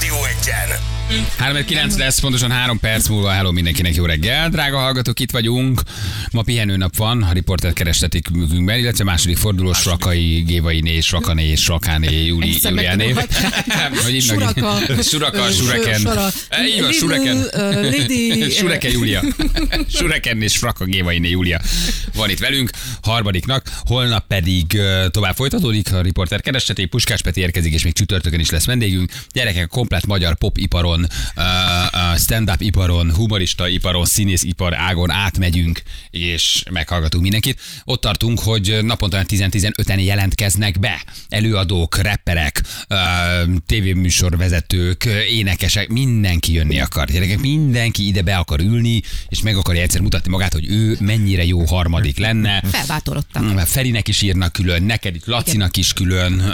legyen! 3 lesz, pontosan 3 perc múlva. Hello mindenkinek, jó reggel. Drága hallgatók, itt vagyunk. Ma pihenőnap van, a riportet kerestetik művünkben, illetve második fordulós Rakai, Gévai né, Srakané, Srakané, Júli, Ezt Júliá név. megdobhatták. Hogy hívnak? Suraka. Suraka, Ö, Sureken. Sura. E, Így van, Lidl, Sureken. ö, Lidi, ö. Sureken Júlia. Sureken és Fraka Gévai né, Júlia van itt velünk, harmadiknak. Holnap pedig ö, tovább folytatódik a riporter keresteték, Puskás Peti érkezik, és még csütörtökön is lesz vendégünk. Gyerekek, komplet magyar popiparon, ö, ö, stand-up iparon, humorista iparon, színész ipar ágon átmegyünk, és meghallgatunk mindenkit. Ott tartunk, hogy naponta olyan 10-15-en jelentkeznek be. Előadók, rapperek, ö, tévéműsorvezetők, ö, énekesek, mindenki jönni akar. Gyerekek, mindenki ide be akar ülni, és meg akarja egyszer mutatni magát, hogy ő mennyire jó harmadik lenne. Felbátorodtam. Mm, Ferinek is írnak külön, neked itt Lacinak is külön, uh, uh,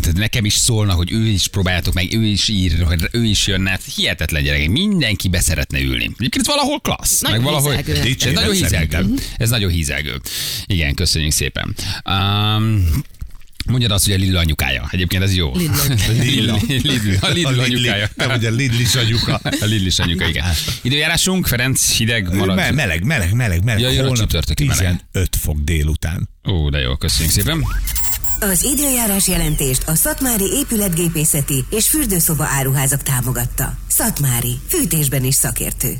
tehát nekem is szólnak, hogy ő is próbáljátok meg, ő is ír, hogy ő is jönne. Hát Hihetetlen gyerekek, mindenki beszeretne ülni. Egyébként ez valahol klassz, Nagyon meg valahogy hízelgő. Mhm. ez Dicséret nagyon hízelgő. szerintem. Ez nagyon hízelgő. Igen, köszönjük szépen. Um, Mondjad azt, hogy a Lilla anyukája. Egyébként ez jó. Lilla. Lilla. Lidl. A Lidl anyukája. Nem, ugye Lidlis anyuka. A Lidlis anyuka, igen. Időjárásunk, Ferenc, hideg Me- marad. meleg, meleg, meleg, meleg. Ja, jön a csütörtöki meleg. 15 fok délután. Ó, de jó, köszönjük szépen. Az időjárás jelentést a Szatmári épületgépészeti és fürdőszoba áruházak támogatta. Szatmári, fűtésben is szakértő.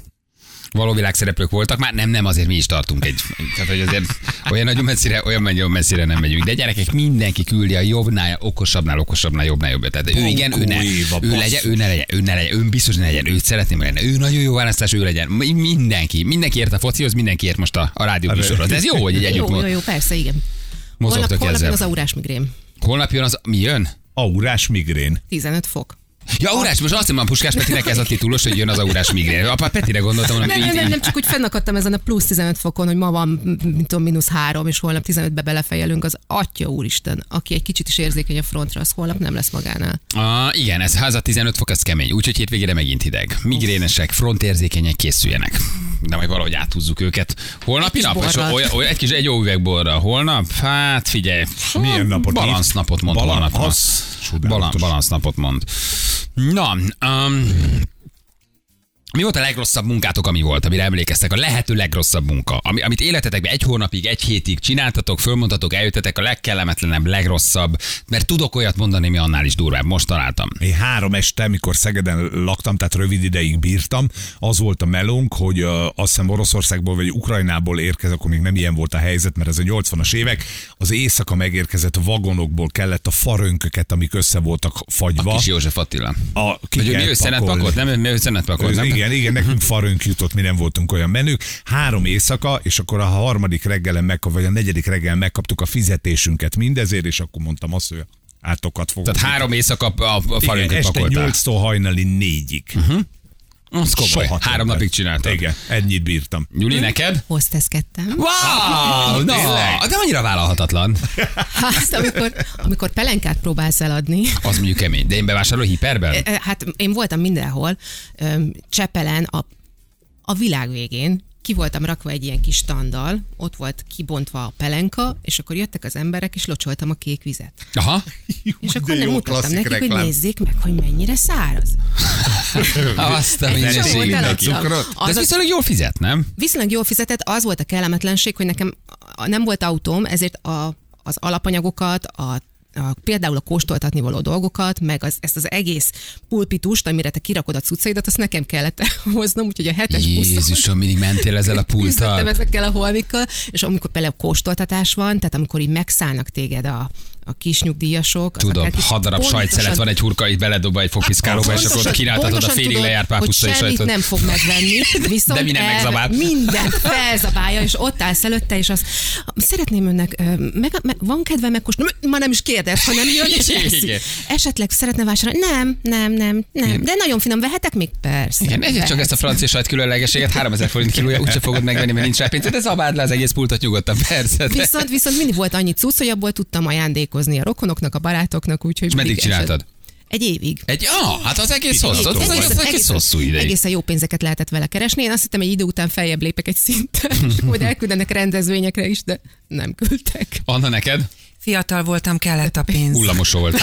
való világszereplők voltak, már nem, nem, azért mi is tartunk egy. Tehát, hogy azért olyan nagyon messzire, olyan nagyon messzire nem megyünk. De gyerekek, mindenki küldi a jobbnál, okosabbnál, okosabbnál, jobbnál, jobbnál. Tehát ő igen, ő ne, Éva, ő legyen, ő ne legyen, ő ne legyen, ő biztos ne legyen, őt szeretném lenne, ő nagyon jó választás, ő legyen. Mi- Mindenki, mindenki ért a focihoz, mindenki ért most a, a rádió műsorhoz. De ez jó, hogy egy együtt Jó, jó, mo- jó, persze, igen. mozogtok holnap, holnap jön ezzel. az aurás migrém. Holnap jön az, mi jön? Aurás migrén. 15 fok. Ja, órás, most azt mondom, Puskás Petinek ez a titulos, hogy jön az aurás migrén. Apa Petire gondoltam, hogy Nem, nem, nem, nem, csak úgy fennakadtam ezen a plusz 15 fokon, hogy ma van, m- mint tudom, mínusz 3, és holnap 15-be belefejelünk, az atya úristen, aki egy kicsit is érzékeny a frontra, az holnap nem lesz magánál. Ah, igen, ez háza 15 fok, ez kemény, úgyhogy hétvégére megint hideg. Migrénesek, frontérzékenyek készüljenek. De majd valahogy áthúzzuk őket. Holnapi Egy kis nap? Vagy borral. olyan, olyan, egy kis egy jó üveg borra. Holnap? Hát figyelj. Milyen napot ír? Balansz napot mond Balan- holnapra. az csodálatos. Balan, balansz napot mond. Na, um, mi volt a legrosszabb munkátok, ami volt, amire emlékeztek? A lehető legrosszabb munka, ami, amit életetekben egy hónapig, egy hétig csináltatok, fölmondtatok, eljöttetek a legkellemetlenebb, legrosszabb, mert tudok olyat mondani, mi annál is durvább. Most találtam. Én három este, amikor Szegeden laktam, tehát rövid ideig bírtam, az volt a melónk, hogy ö, azt hiszem Oroszországból vagy Ukrajnából érkez, akkor még nem ilyen volt a helyzet, mert ez a 80-as évek, az éjszaka megérkezett vagonokból kellett a farönköket, amik össze voltak fagyva. Kis József Attila. A- ki Vagy ő kell mi összenet pakolni. pakolt? Nem, mi összenet pakolt, nem? Igen, igen, nekünk farönk jutott, mi nem voltunk olyan menők. Három éjszaka, és akkor a harmadik reggelen, meg, vagy a negyedik reggelen megkaptuk a fizetésünket mindezért, és akkor mondtam azt, hogy átokat fogok. Tehát három éjszaka a, a igen, falunkat este pakoltál. 8-tól hajnali 4-ig. Uh-huh. Az komoly. Három napig csináltad. Igen, ennyit bírtam. Juli, neked? Hozteszkedtem. Wow, na, Hm? Tényleg? de annyira vállalhatatlan. Hát, amikor, amikor pelenkát próbálsz eladni, Az mondjuk kemény. De én bevásárolok hiperben? Ö, Hát én voltam mindenhol, öm, Csepelen a, a világ végén, ki voltam rakva egy ilyen kis standal, ott volt kibontva a pelenka, és akkor jöttek az emberek, és locsoltam a kék vizet. Aha. és de akkor nem jó mutattam klasszik nekik, reklám. hogy nézzük meg, hogy mennyire száraz. Azt a Egy csomót mindenségét. De eladtam. ez Az- viszonylag jól fizet, nem? Viszonylag jól fizetett, az volt a kellemetlenség, hogy nekem a- nem volt autóm, ezért a, az alapanyagokat, a a, például a kóstoltatni való dolgokat, meg az, ezt az egész pulpitust, amire te kirakod a cuccaidat, azt nekem kellett hoznom, úgyhogy a hetes buszon Jézusom, mindig mentél ezzel a küzdöttem pulttal. ezekkel a holmikkal, és amikor például kóstoltatás van, tehát amikor így megszállnak téged a, a kis nyugdíjasok. azok Tudom, akik hat darab pontosan- sajtszelet van egy hurka, itt beledob egy fogpiszkálóba, és akkor ott pontosan- kínáltatod a pontosan félig tudod, lejárt hogy pápusztai semmit sajtot. nem fog megvenni, viszont De mi nem el- megzabál. Minden felzabálja, és ott állsz előtte, és azt szeretném önnek, ö, meg, meg, van kedve megkóstolni? M- Ma nem is kérdez, hanem jön és Igen. eszik. Esetleg szeretne vásárolni? Nem, nem, nem, nem. De nagyon finom, vehetek még? Persze. Igen, egyet csak ezt a francia sajt különlegességet, 3000 forint kilója, úgyse fogod megvenni, mert nincs rá pénzed, de zabáld le az egész pultot nyugodtan, persze. de- Viszont, viszont mindig volt annyi cucc, hogy abból tudtam ajándékozni a rokonoknak, a barátoknak, úgyhogy... És meddig mindig esett. csináltad? Egy évig. Egy, ah, hát az egész hosszú, az, az, az, az egész hosszú ideig. Egészen jó pénzeket lehetett vele keresni. Én azt hittem, egy idő után feljebb lépek egy szinten, és majd elküldenek rendezvényekre is, de nem küldtek. Anna, neked? Fiatal voltam, kellett a pénz. Hullamos volt.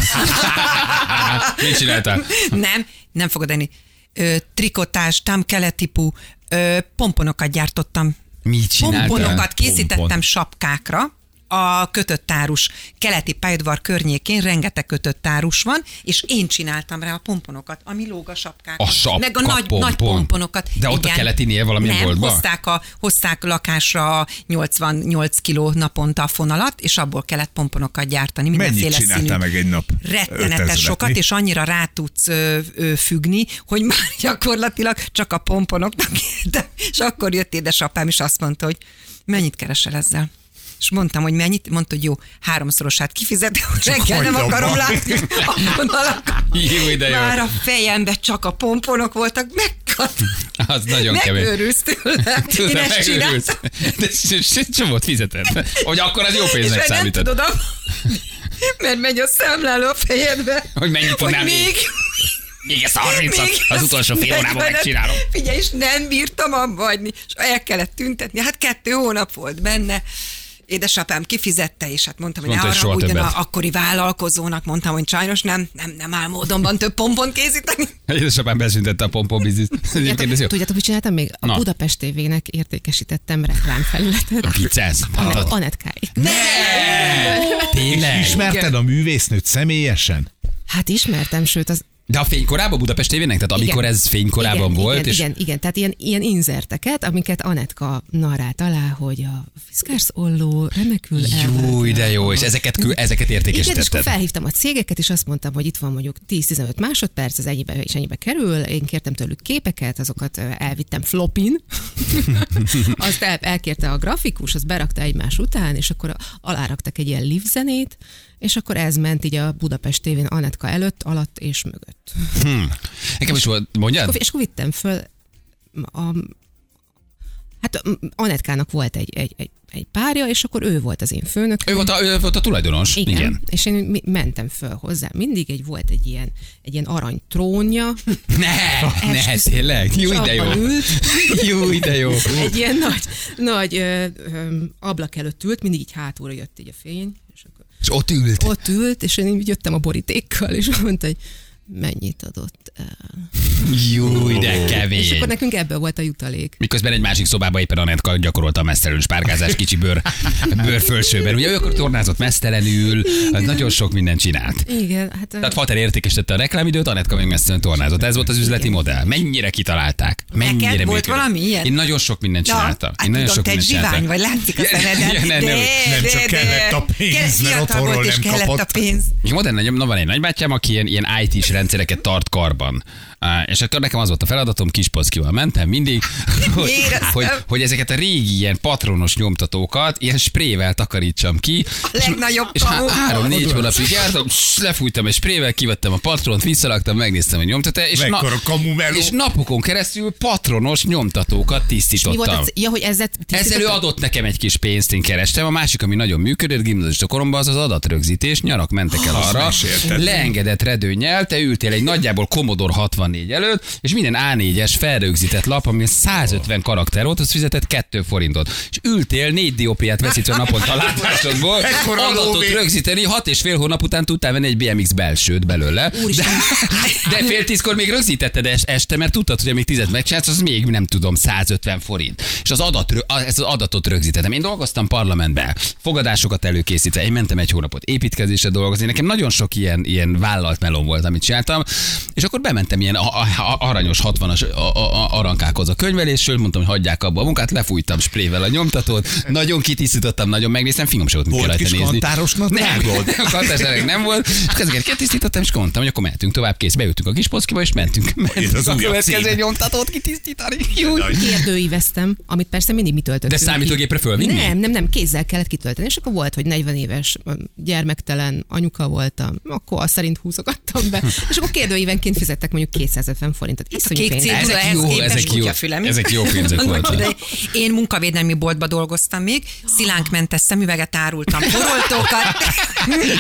Mit csináltál? nem, nem fogod enni. Ö, trikotástam, keletipú, ö, pomponokat gyártottam. Mit csináltál? Pomponokat készítettem Pompon. sapkákra, a kötött tárus keleti pályaudvar környékén rengeteg kötött tárus van, és én csináltam rá a pomponokat, ami lóg a sapkákon. A sapka Meg a nagy, pompon. nagy pomponokat. De ott a keletinél valamilyen Nem, boltban? hozták, a, hozták lakásra a 88 kiló naponta a fonalat, és abból kellett pomponokat gyártani. mindenféle csináltál színű. meg egy nap? Rettenetes 5000-et, sokat, mi? és annyira rá tudsz ö, ö, függni, hogy már gyakorlatilag csak a pomponoknak de, És akkor jött édesapám, és azt mondta, hogy mennyit keresel ezzel? És mondtam, hogy mennyit, mondta, hogy jó, háromszorosát kifizetem, hogy reggel nem hagyjam akarom már. látni a vonalakat. Jó, de jó. Már a fejemben csak a pomponok voltak, megkat. Az nagyon kemény. Megőrülsz tőle. Tudod, Én ezt megőrülsz. csináltam. De s- s- csomót fizetett. Hogy akkor az jó pénznek És nem számított. tudod, a... mert megy a számláló a fejedbe. Hogy mennyi tudnál még? még, Még ezt a 30 az utolsó fél órában 40-et megcsinálom. Figyelj, és nem bírtam abba hagyni, és el kellett tüntetni. Hát kettő hónap volt benne. Édesapám kifizette, és hát mondtam, hogy Mondta, hogy arra soha ugyan többet. a akkori vállalkozónak mondtam, hogy sajnos nem, nem, nem áll módonban több pompont készíteni. Édesapám beszüntette a pompó bizniszt. Egyébként ez jó. Tudjátok, tudjátok, mit csináltam még? A Na. Budapest TV-nek értékesítettem reklámfelületet. Viccelsz? Anett- Tudod? Anetkáig. Tényleg? Ismerted a művésznőt személyesen? Hát ismertem, sőt, az De a fénykorában Budapest tévének? Tehát amikor Igen. ez fénykorában igen, volt, igen, és Igen, igen, tehát ilyen, ilyen inzerteket, amiket Anetka narrált alá, hogy a Fiskars Olló remekül jó, elvágta de jó, és a- ezeket, kül- ezeket igen, és akkor értékesítetted. felhívtam a cégeket, és azt mondtam, hogy itt van mondjuk 10-15 másodperc, ez ennyibe és ennyibe kerül. Én kértem tőlük képeket, azokat ö, elvittem flopin. azt el, elkérte a grafikus, azt berakta egymás után, és akkor aláraktak egy ilyen live zenét, és akkor ez ment így a Budapest tévén Anetka előtt, alatt és mögött. Nekem is volt, mondjad? Akkor- És akkor vittem föl a... Hát m- Anetkának volt egy, egy, egy, egy párja, és akkor ő volt az én főnök. Ő volt a, ő volt a tulajdonos. Igen. Igen. És én mi- mentem föl hozzá. Mindig egy volt egy ilyen, egy ilyen arany trónja, Ne, ne, Esküszöm. tényleg. Jó, És de jó. abban ült. Jó, de jó. egy ilyen nagy, nagy ö, ö, ablak előtt ült, mindig így hátulra jött így a fény, és akkor És ott ült. ott ült, és én így jöttem a borítékkal, és mondta, hogy mennyit adott el. Jó, de És kemény. akkor nekünk ebből volt a jutalék. Miközben egy másik szobában éppen Anetka gyakorolta a mesztelenül spárgázást kicsi bőr, bőr fölsőben. Ugye ő akkor tornázott mesztelenül, hát nagyon sok mindent csinált. Igen, hát... ö, Tehát Fater értékesítette a reklámidőt, Anetka még mesztelen tornázott. Ez volt az üzleti modell. Mennyire kitalálták? Mennyire Neked volt működött? valami ilyen? Én nagyon sok mindent Na, csináltam. hát Én nagyon tudom, sok te egy mindent zsivány csináltam. vagy, látszik a Ja, szemeden. ja, nem, De, nem. Nem, csak de, kellett de. a pénz, mert Fiatal otthonról volt, és nem kellett kapott. a pénz. És modern nagyobb, na van egy nagybátyám, aki ilyen, ilyen IT-s rendszereket tart karban. Á, És akkor nekem az volt a feladatom, kis paszkival mentem mindig, hogy, Éreztem. hogy, hogy, ezeket a régi ilyen patronos nyomtatókat ilyen sprével takarítsam ki. És- legnagyobb És há- kamu. három-négy hónapig jártam, s- lefújtam egy sprével, kivettem a patront, visszalaktam, megnéztem a nyomtatát, és, Mekkora kamu meló. és napokon keresztül patronos nyomtatókat mi volt tisztítottam. az, ja, hogy ezzel Ezzel ő adott nekem egy kis pénzt, én kerestem. A másik, ami nagyon működött gimnazista koromban, az az adatrögzítés. Nyarak mentek el arra. mesélted. Leengedett redőnyel, te ültél egy nagyjából Commodore 64 előtt, és minden A4-es felrögzített lap, ami 150 karakter volt, az fizetett 2 forintot. És ültél négy diópriát veszítve naponta látásodból, Ekkora adatot lóvé. rögzíteni, hat és fél hónap után tudtál venni egy BMX belsőt belőle. De, de fél tízkor még rögzítetted es- este, mert tudtad, hogy amíg tizet megcsinálsz, az még nem tudom, 150 forint. És az adat, ezt az adatot rögzítettem. Én dolgoztam parlamentben, fogadásokat előkészítve, én mentem egy hónapot építkezésre dolgozni, nekem nagyon sok ilyen, ilyen vállalt melon volt, amit csináltam, és akkor bementem ilyen a- a- a- aranyos 60-as a- a- a- arankákhoz a könyvelésről, mondtam, hogy hagyják abba a munkát, lefújtam sprével a nyomtatót, nagyon kitisztítottam, nagyon megnéztem, finom se volt, mit Volt kell rajta kis nézni. kantárosnak Nem, vágod? kantás elég nem volt. És ezeket kitisztítottam, és akkor mondtam, hogy akkor mehetünk tovább, kész. Beültünk a kis poszkiba, és mentünk. mentünk az a újabb következő cím. nyomtatót kitisztítani. Jó. kérdőíveztem, amit persze mindig mi töltöttünk. De számítógépre ki. fölvinni? Nem, nem, nem, kézzel kellett kitölteni, és akkor volt, hogy 40 éves ö, gyermektelen anyuka voltam, akkor azt szerint húzogattam be, és akkor kérdőíven óránként fizettek mondjuk 250 forintot. Hát Iszonyú kék pénz. cél- Ezek ehhez jó, képest ezek jó, kutyafülem. ezek jó pénzek voltak. De Én munkavédelmi boltba dolgoztam még, szilánkmentes szemüveget árultam, poroltókat,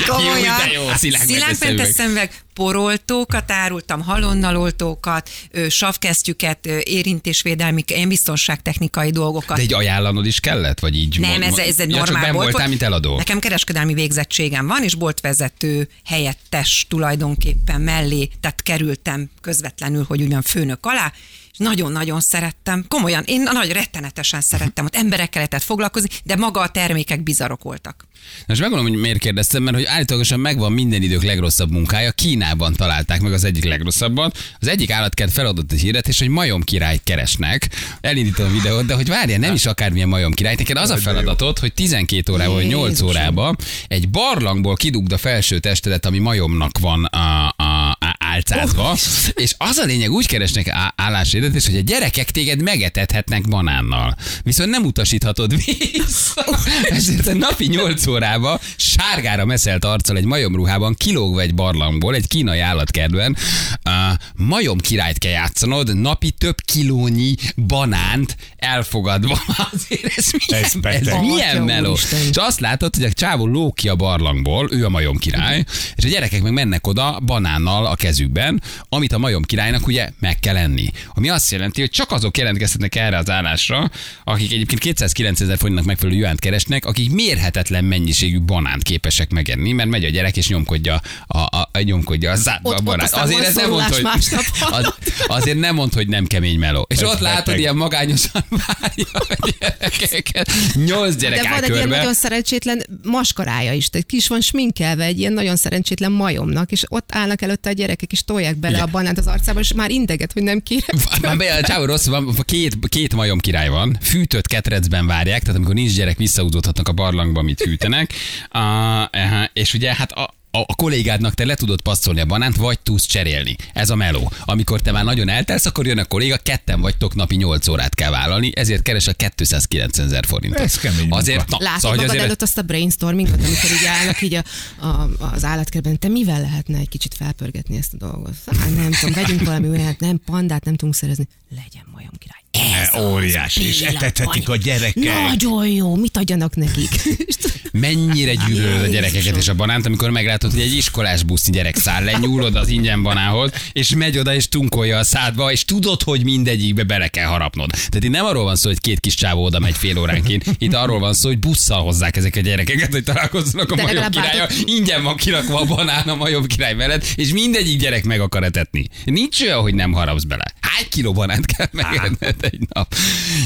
komolyan, Jó, de jó, szilánkmentes szilánkmentes szemüveg. szemüveg, poroltókat árultam, halonnaloltókat, ö, savkesztyüket, ö, érintésvédelmi, ilyen biztonságtechnikai dolgokat. De egy ajánlanod is kellett, vagy így? Nem, mo- ez, ez egy ja, normál csak ben bolt. voltál, mint eladó. Nekem kereskedelmi végzettségem van, és boltvezető helyettes tulajdonképpen mellé, tehát kerültem közvetlenül, hogy ugyan főnök alá, és nagyon-nagyon szerettem. Komolyan, én nagy rettenetesen szerettem. Ott emberekkel lehetett foglalkozni, de maga a termékek bizarok voltak. Na, és megmondom, hogy miért kérdeztem, mert hogy állítólagosan megvan minden idők legrosszabb munkája. Kínában találták meg az egyik legrosszabbat. Az egyik állatkert feladott egy hirdetést, hogy majom királyt keresnek. Elindítom a videót, de hogy várjál, nem is akármilyen majom király. Neked az a feladatod, hogy 12 órában vagy 8 órában egy barlangból kidugd a felső testedet, ami majomnak van a, a, a álcázva, és az a lényeg, úgy keresnek á- álláshirdetést, hogy a gyerekek téged megetethetnek banánnal. Viszont nem utasíthatod vissza. Ezért a napi 8 órába sárgára meszelt arccal egy majomruhában kilógva egy barlangból, egy kínai állatkertben a majom királyt kell játszanod, napi több kilónyi banánt elfogadva. Azért ez milyen, Ez ez beteg. milyen Atya meló. úristen. És azt látod, hogy a csávó ló ki a barlangból, ő a majom király, és a gyerekek meg mennek oda banánnal a kezükben, amit a majom királynak ugye meg kell enni. Ami azt jelenti, hogy csak azok jelentkezhetnek erre az állásra, akik egyébként 209 ezer forintnak megfelelő jönt keresnek, akik mérhetetlen mennyiségű banánt képesek megenni, mert megy a gyerek és nyomkodja a, a, a, nyomkodja a, zá- Ott- a ott banánt. aztán van ez nem mond, szorulás hogy, másnap az, azért nem mond, hogy nem kemény meló. És Ez ott látod, beteg. ilyen magányosan várja a gyerekeket. Nyolc gyerek De áll van egy ilyen körbe. nagyon szerencsétlen maskarája is, tehát ki is van sminkelve egy ilyen nagyon szerencsétlen majomnak, és ott állnak előtte a gyerekek, és tolják bele Igen. a banánt az arcába, és már integet, hogy nem kérek. Már be, a csávó rossz van, két, két majom király van, fűtött ketrecben várják, tehát amikor nincs gyerek, visszaudódhatnak a barlangba, amit hűtenek. Uh, aha, és ugye hát a, a a kollégádnak te le tudod passzolni a banánt, vagy tudsz cserélni. Ez a meló. Amikor te már nagyon eltelsz, akkor jön a kolléga, ketten vagytok, napi 8 órát kell vállalni, ezért keres a 290 ezer forintot. Ez kemény munka. Azért, na, Látod szóval, magad azért előtt azt a brainstormingot, amikor így állnak így a, a, az állatkertben, te mivel lehetne egy kicsit felpörgetni ezt a dolgot? Á, nem tudom, vegyünk valami olyat, nem pandát nem tudunk szerezni. Legyen majom király. E, óriás, és etethetik a gyerekek. Nagyon jó, mit adjanak nekik? És tudod, Mennyire gyűlölöd a gyerekeket és a banánt, amikor meglátod, hogy egy iskolás busznyi gyerek száll le, nyúlod az ingyen banához, és megy oda, és tunkolja a szádba, és tudod, hogy mindegyikbe bele kell harapnod. Tehát itt nem arról van szó, hogy két kis csávó oda megy fél óránként, itt arról van szó, hogy busszal hozzák ezek a gyerekeket, hogy találkozzanak a De majom legalább királya, látod- ingyen van kirakva a banán a majom király mellett, és mindegyik gyerek meg akar etetni. Nincs olyan, hogy nem harapsz bele. Hány kiló banánt kell megenned egy nap?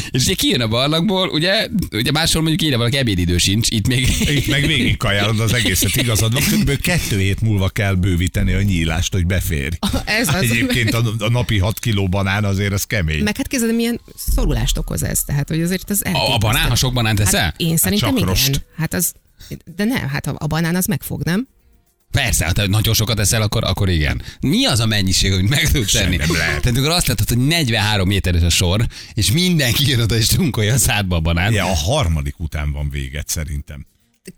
És ugye kijön a barlangból, ugye, ugye máshol mondjuk ide valaki ebédidő sincs, itt még Itt meg végig kajálod az egészet, igazad van. Kb. kettő hét múlva kell bővíteni a nyílást, hogy beférj. Ez az. Egyébként a, a napi 6 kiló banán azért ez kemény. Meg hát képzeld, milyen szorulást okoz ez, tehát hogy azért az A, a elképesztő. banán, ha sok banánt eszel? Hát én szerintem csak igen. rost. Hát az, de nem, hát a, a banán az megfog, nem? Persze, hát ha nagyon sokat eszel, akkor, akkor igen. Mi az a mennyiség, amit meg tudsz Semmi tenni? nem lehet. Tehát amikor azt látod, hogy 43 méteres a sor, és mindenki jön oda és tunkolja a szádba a banánt. Ja, a harmadik után van véget szerintem.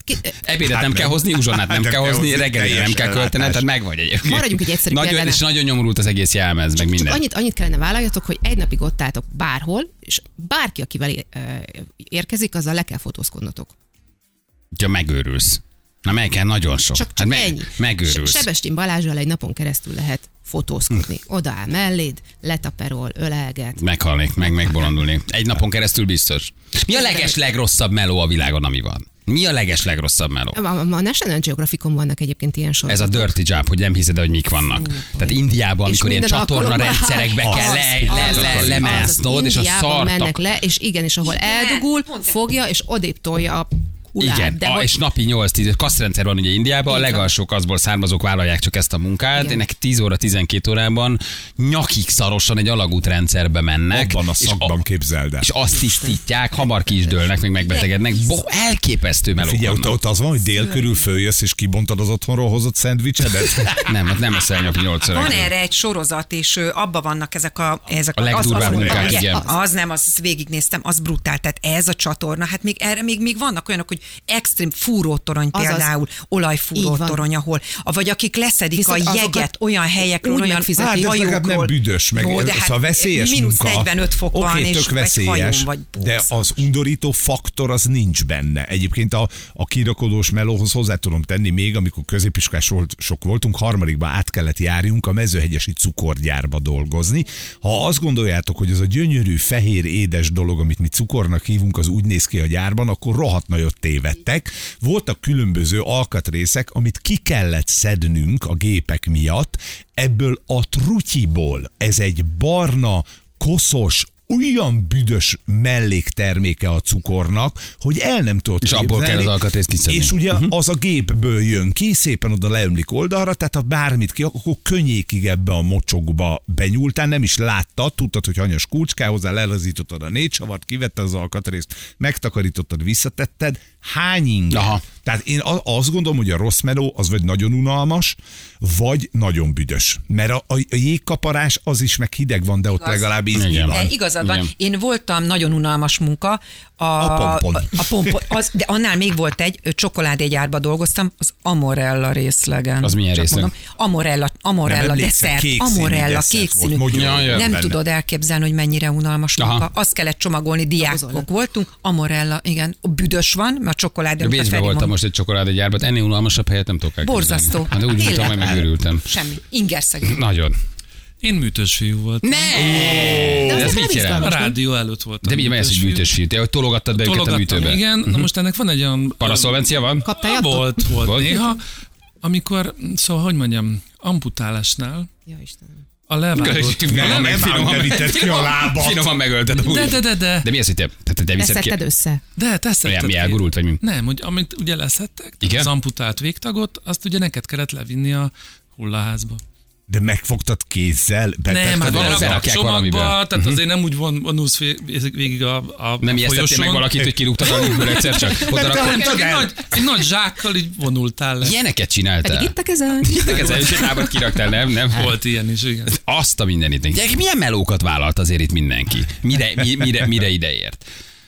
Ki, Ebédet Hát nem, nem. kell hozni, uzsonnát Nem nem, kell kell hozni, hozni, reggelire nem teljes kell költened, ellátás. tehát meg vagy egyébként. Maradjunk egy egyszerű Nagyon, példánál. és nagyon nyomorult az egész jelmez, meg csak minden. annyit, annyit kellene vállaljatok, hogy egy napig ott álltok bárhol, és bárki, akivel é- ö, érkezik, azzal le kell fotózkodnotok. Ja, megőrülsz. Na meg kell nagyon sok. Hát Csak, csak meg- ennyi. Megőrülsz. Se- Sebestin Balázsral egy napon keresztül lehet fotózkodni. Hm. Oda áll melléd, letaperol, ölelget. Meghalnék, meg megbolondulnék. Egy napon keresztül biztos. Mi a leges legrosszabb meló a világon, ami van? Mi a leges legrosszabb meló? A, a a National Geographicon vannak egyébként ilyen Ez a sorozatok. dirty job, hogy nem hiszed, el, hogy mik vannak. Tehát Indiában, És amikor ilyen minden csatorna alkalommal- rendszerekbe Az, kell le, le, az, le, az, lemásznod, az. és a Indiában mennek szartak. le, és igen, és ahol eldugul, fogja, és odébb tolja a kulát. Igen, de a, hogy- és napi 8-10, kaszrendszer van ugye Indiában, a Így van. legalsók azból származók vállalják csak ezt a munkát, Igen. ennek 10 óra 12 órában nyakig szarosan egy alagútrendszerbe mennek. Abban a és szakban képzeld el. és azt tisztítják, hamar ki is dőlnek, meg megbetegednek. Bo, elképesztő melók Figyelj, ott, vannak. ott az van, hogy dél körül följössz, és kibontad az otthonról hozott szendvicsedet? Nem, hát nem eszel napi 8 óra. Van erre egy sorozat, és ö, abba vannak ezek a... Ezek A legdurvább munkák, ugye, igen. Az nem, azt végignéztem, az brutál. Tehát ez a csatorna, hát még erre még, még vannak olyanok, hogy hogy extrém fúrótorony Azaz. például, olajfúrótorony, ahol, a- vagy akik leszedik Viszont a azokat jeget olyan helyekről, úgy olyan megfizetik. Hát ez legalább nem büdös, meg Ó, Ó, de ez hát a veszélyes mínusz munka. 45 fok Oké, van, és tök vagy veszélyes, hajón, vagy de búzon. az undorító faktor az nincs benne. Egyébként a, a kirakodós melóhoz hozzá tudom tenni, még amikor középiskolás volt, sok voltunk, harmadikba át kellett járjunk a mezőhegyesi cukorgyárba dolgozni. Ha azt gondoljátok, hogy ez a gyönyörű, fehér, édes dolog, amit mi cukornak hívunk, az úgy néz ki a gyárban, akkor rohadt nagyot tévedtek. Voltak különböző alkatrészek, amit ki kellett szednünk a gépek miatt, ebből a trutyiból. Ez egy barna, koszos, olyan büdös mellékterméke a cukornak, hogy el nem tudod És abból képzelni. kell az alkatrészt kiszedni. Mhm. És ugye uh-huh. az a gépből jön ki, szépen oda leömlik oldalra, tehát ha bármit ki, akkor könnyékig ebbe a mocsokba benyúltál, nem is láttad, tudtad, hogy hanyas kulcskához áll, elazítottad a négy savart, kivette az alkatrészt, megtakarítottad, visszatetted, hány inger? Aha. Tehát én a- azt gondolom, hogy a rossz meló az vagy nagyon unalmas, vagy nagyon büdös. Mert a, a jégkaparás az is meg hideg van, de ott legalább ízni Igen. van. De E, igazad van. Igen. Én voltam, nagyon unalmas munka. A, A pompon. A, a pompon az, de annál még volt egy, ö, csokoládégyárba dolgoztam, az Amorella részlegen. Az milyen Csak részleg? mondom, Amorella, Nem Amorella emlékszem, desszert, kék színű Amorella desszert kék volt, színű. mogyoró Ja, ja. volt Nem benne. tudod elképzelni, hogy mennyire unalmas Aha. munka. Azt kellett csomagolni, Dolgozol diákok le. voltunk, Amorella, igen, büdös van, mert a csokoládé. amit a Bécsben Feri voltam mondott. most egy csokoládégyárban, ennél unalmasabb helyet nem tudok elképzelni. Borzasztó. Hát úgy mondtam, hogy Tényleg. megőrültem. Semmi, ingerszegény. Nagyon. Én műtős fiú voltam. De ez ez nem mit jelent? A izgalmas. rádió előtt voltam. De mi ez, hogy műtős műtős fiú? Te hogy tologattad be őket a Tologattam, műtőbe? Igen, na most ennek van egy olyan... Paraszolvencia van? Kaptál jattó? Volt, volt, Volt? volt néha. Amikor, szóval, hogy mondjam, amputálásnál Ja, Istenem. a levágott... Nem, Nem, nem, finoman- nem vitett ki a finoman- lábat. Finoman megölted. úgy. De, de, de, de. De mi az, hogy te, te, te, te viszed ki? Leszetted össze. De, te szedted Olyan, mi ki. elgurult vagy mi? Nem, hogy amit ugye leszettek, Igen? Igen? az amputált végtagot, azt ugye neked kellett levinni a hullaházba. De megfogtad kézzel, Nem, hát betetted valahol a- van a berakják csomagba, valamibe. Mhm. tehát azért nem úgy von, vonulsz vé- végig a, a Nem ijesztettél folyosón. meg valakit, hogy kirúgtad a liftből egyszer csak? Oda te rakod- Nem, csak egy el. nagy, egy nagy zsákkal így vonultál le. Ilyeneket csináltál? Pedig itt a kezel. Hittek ezzel, és egy lábat kiraktál, nem? Nem Hát. Volt ilyen is, igen. Azt Hát. a mindenit. Gyerekek, milyen melókat vállalt azért itt mindenki? Mire, mi- mire, mire ideért?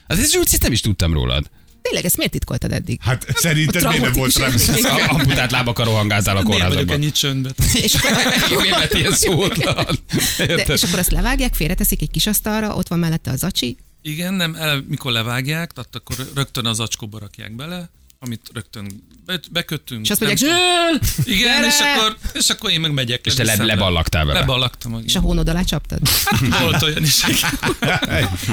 Az ez úgy nem is tudtam rólad. Tényleg, ezt miért titkoltad eddig? Hát szerinted miért nem volt rá? Az a- Amputált lábakkal rohangázzál a Miért vagyok kórházakban. ennyi csöndben? És akkor, Miért lett ilyen szótlan? de, hát, Érted? és akkor azt levágják, félreteszik egy kis asztalra, ott van mellette az acsi, Igen, nem, el, mikor levágják, tehát akkor rögtön az acskóba rakják bele, amit rögtön be, bekötünk. és azt nem mondják, tudom. "Zsöl!" Igen, gyere! és akkor, és akkor én meg megyek. És te le- vissza vele. leballagtál vele. Leballagtam. és a hónod alá csaptad. Volt olyan is.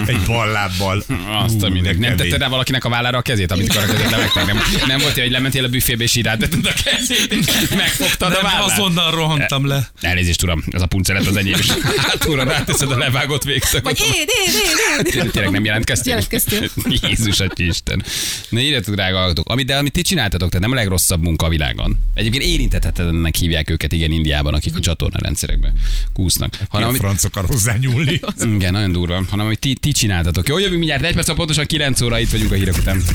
Egy ballábbal. Azt a Ú, mindegy. de kemény. Nem tette rá valakinek a vállára a kezét, amit a között levegtek? Nem, nem volt ilyen, hogy lementél a büfébe és így rátetted a kezét, és megfogtad a Nem, vállát? E, azonnal rohantam le. Elnézést, uram, ez a punceret az enyém is. Hátulra ráteszed a levágott végtagot. Vagy éd, éd, éd, éd. Tényleg tényleg nem jelentkeztél? Jelentkeztél. Jézus, atya Isten. Na írjátok, drága hallgatók. Amit, de amit ti csináltatok, tehát nem a legrosszabb munka a világon. Egyébként érintethetetlennek hívják őket, igen, Indiában, akik a csatorna rendszerekbe kúsznak. Hanem, A amit, franc akar hozzá nyúlni. igen, nagyon durva, hanem amit ti, ti csináltatok. Jó, jövünk mindjárt egy perc, a pontosan 9 óra itt vagyunk a hírek után.